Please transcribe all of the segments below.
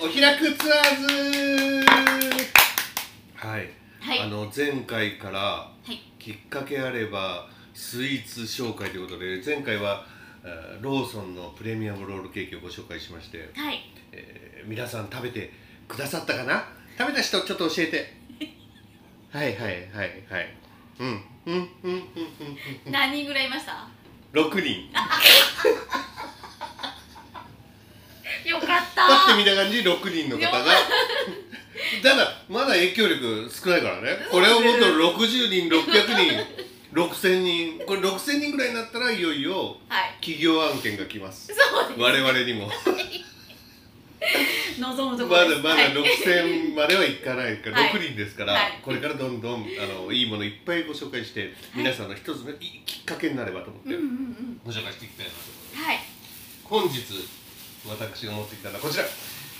お開くツアーズはい、はいあの前回からはいきっかけあればスイーツ紹介ということで前回はえーローソンのプレミアムロールケーキをご紹介しまして、はいえー皆さん食べてくださったかな食べた人ちょっと教え てはいはいはいはいうんうんうんうんうん何人ぐらいいました6人 よかっパってた見た感じ6人の方 がただまだ影響力少ないからねこれをもっと60人600人6000人これ6000人ぐらいになったらいよいよはい企業案件が来ますそう我々にもです望むとこまろだでますだ6000まではいかないから、はい6人ですから、はいこれからどんどんあのいいものいっぱいご紹介して、皆さんの一つのいいきっかけになればと思っうんて、うんうんご紹介していきたいなと思いますはい本日私が持ってきたのはこちら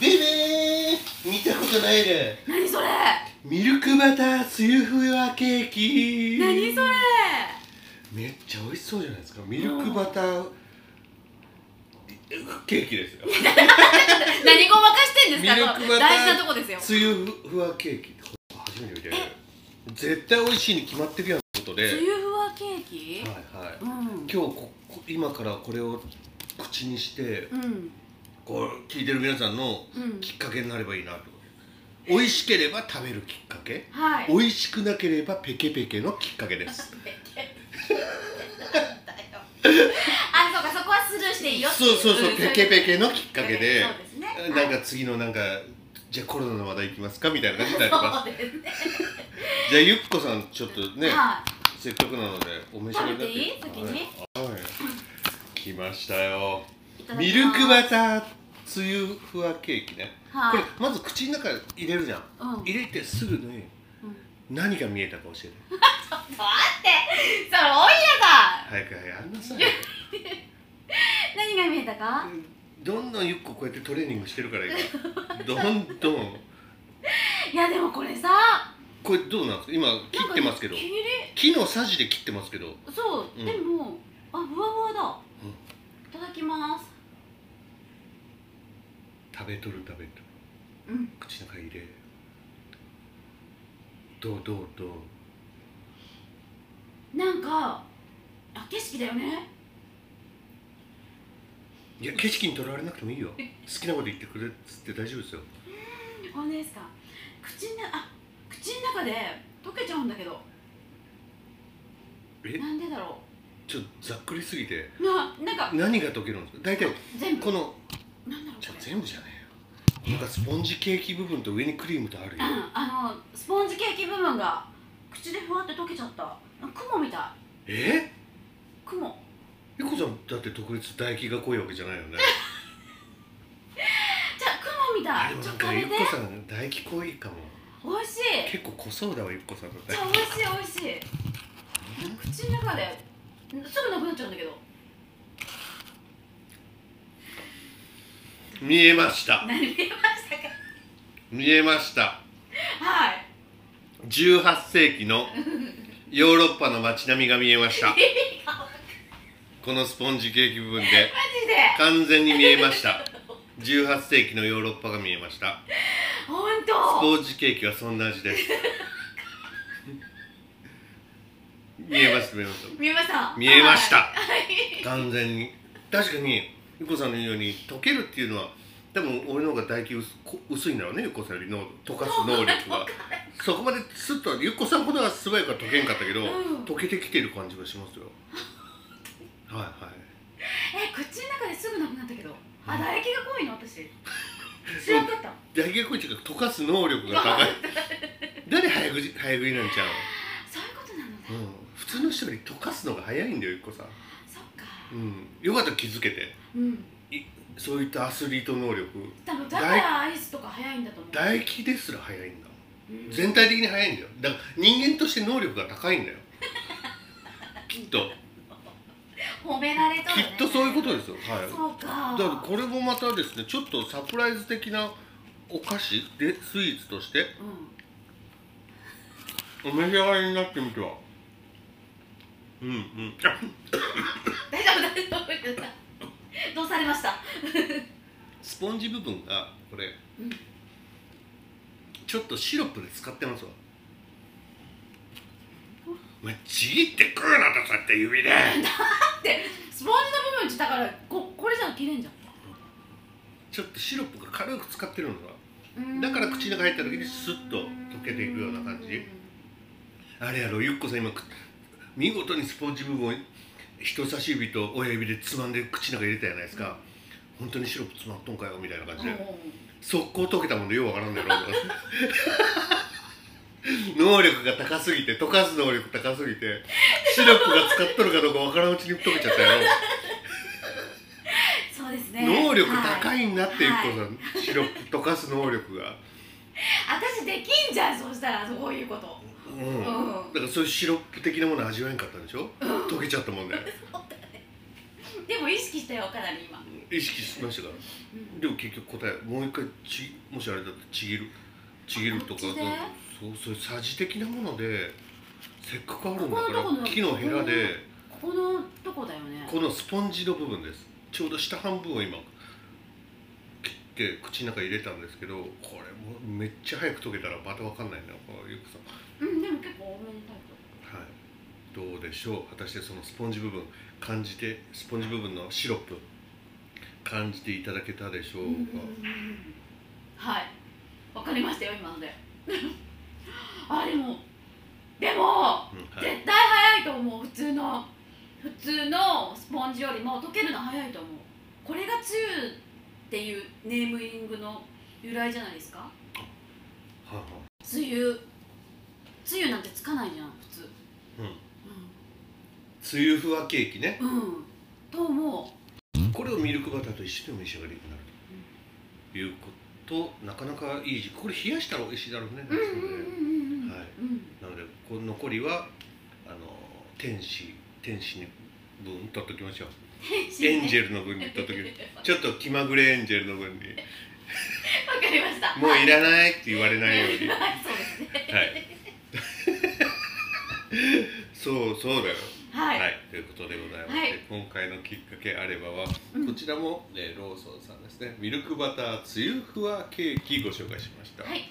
ベベー見たことないね何それミルクバターつゆふわケーキ何それめっちゃ美味しそうじゃないですかミルクバターケーキですよ 何ごまかしてんですかミこルクバのター大事なとこですよつゆふわケーキって初めて見たよね絶対美味しいに決まってるやんってことで、はついゆふわケーキはい、う今ん日ここ今からこれを口にしてうんこう聞いてる皆さんのうんきっかけになればいいなと思って美味しければ食べるきっかけはい美味しくなければペケペケのきっかけですあそうかそこはスルーしていいよっていそうそうそう、んペケペケのきっかけでそうですねなんか次のなんかじゃあコロナの話題いきますかみたいな感じになりますそうですねじゃあゆっこさんちょっとねはせっかくなのでお召し上がりになって食べていい先にはいはい来ましたよいいただきミますルクバターつゆふわケーキねこはいれまず口の中入れるじゃんうん入れてすぐねうん何が見えたか教えて待ってそれおいやさ早くやんな さいん何が見えたかどんどんゆっここうやってトレーニングしてるから今どんどんいやでもこれさこれどうなんですか今切ってますけどなんかね木のさじで切ってますけど切りそう、うんでもあふわふわだ、うんいただきます食べとる食べとるうん口の中入れどうどうどうなんかあ景色だよねいや景色にとらわれなくてもいいよ好きなこと言ってくれっつって大丈夫ですよこれですか口のあ口の中で溶けちゃうんだけどえなんでだろちょっとざっくりすぎてうななんか何が溶けるんですか大体全部このなんだろうじゃこれ全部じゃねえよなんかスポンジケーキ部分と上にクリームとあるうよんあのスポンジケーキ部分が口でふわって溶けちゃったなんか雲みたいえ雲ゆっこさんだって特別唾液が濃いわけじゃないよねじゃあ雲みたあいでもちなょっんとか食べゆてっこさん唾液濃いかも美味しい結構濃そうだわゆっこさんのじゃあ唾美味しい美味し液い口の中ですぐなくなっちゃうんだけど見えましたなりましたか見えましたはい18世紀のヨーロッパの街並みが見えましたこのスポンジケーキ部分でマジで完全に見えました18世紀のヨーロッパが見えました本ス当ポンジケーキはそんな味です見えました見えまし見えましたた見えました、はい完全に確かにゆっこさんの言うように溶けるっていうのは多分俺の方が唾液薄こ薄いんだろうねゆっこさんよりの溶かす能力がそこまでスッとゆっこさんほどは素早くは溶けんかったけど、うん溶けてきてる感じがしますよはいはえ口の中ですぐなくなったけどうあん唾液が濃いの 私知らんかったい唾液が濃いっていうか溶かす能力が高い誰早食い早食いなんちゃそういうことなのねう、うん、普通の人より溶かすのが早いんだよゆっこさん、そっかうん、よかったら気づけてうんそういったアスリート能力多分だからアイスとか早いんだと思う唾液ですら早いんだうん全体的に早いんだよだから人間として能力が高いんだ よきっと褒められときるねっとそういうことですよはいそうかだからこれもまたですねちょっとサプライズ的なお菓子でスイーツとしてうんお召し上がりになってみてはうんうんあ大丈夫大丈夫どうされましたスポンジ部分がこれうんちょっとシロップで使ってますわお前ちぎって食うなとさって指でスポンジの部分ちだからここれじゃん切れんじゃちょっとシロップが軽く使ってるのがんだから口の中入った時にスッと溶けていくような感じあれやろゆっこさん今く見事にスポンジ部分を人差し指と親指でつまんで口の中入れたじゃないですか、本当にシロップ詰まっとんかよみたいな感じで、速攻溶けたもんでようわから んだよな能力が高すぎて溶かす能力高すぎてシロップが使っとるかどうかわからんうちに溶けちゃったよ、そうですね能力高はいんだってゆっこはいさん、シロップ溶かす能力が私できんじゃんそうしたらそういうことうん、うんだからそういうシロップ的なもの味わえんかったんでしょ溶けちゃったもんででも意識したよかなり今、意識しましたからうんでも結局答えもう一回ちもしあれだったらちぎるちぎるとかこっちでそうそういうさじ的なものでせっかくあるんだここのかとこのら木のヘラでここのとこだよねこのスポンジの部分ですちょうど下半分を今切って口の中に入れたんですけどこれもめっちゃ早く溶けたらまた分かんないなこのゆくさんうんでも結構多めにタイプはいどうでしょう果たしてそのスポンジ部分感じてスポンジ部分のシロップ感じていただけたでしょうか、うんうんうんうんはいわかりましたよ今ので あでもでもうんはい絶対早いと思う普通の普通のスポンジよりも溶けるの早いと思うこれがつゆっていうネームイングの由来じゃないですかはいはいつゆつゆなんてつかないじゃん普通つゆふわケーキねうん、うん、と思うこれをミルクバターと一緒でお召し上がりになるということなかなかいい時期これ冷やしたら美味しいだろうね、うんうんうんうんうんはいうんなのでこの残りはあの天使天使の分取っときま しょうエンジェルの分に取っときましょうちょっと気まぐれエンジェルの分にわかりましたもういらないって言われないようにはい はいそうですね そうそうだよは、はいい、ということでございまして、今回のきっかけあればは、うんこちらも、えーローソンさんですねミルクバターつゆふわケーキご紹介しました、はい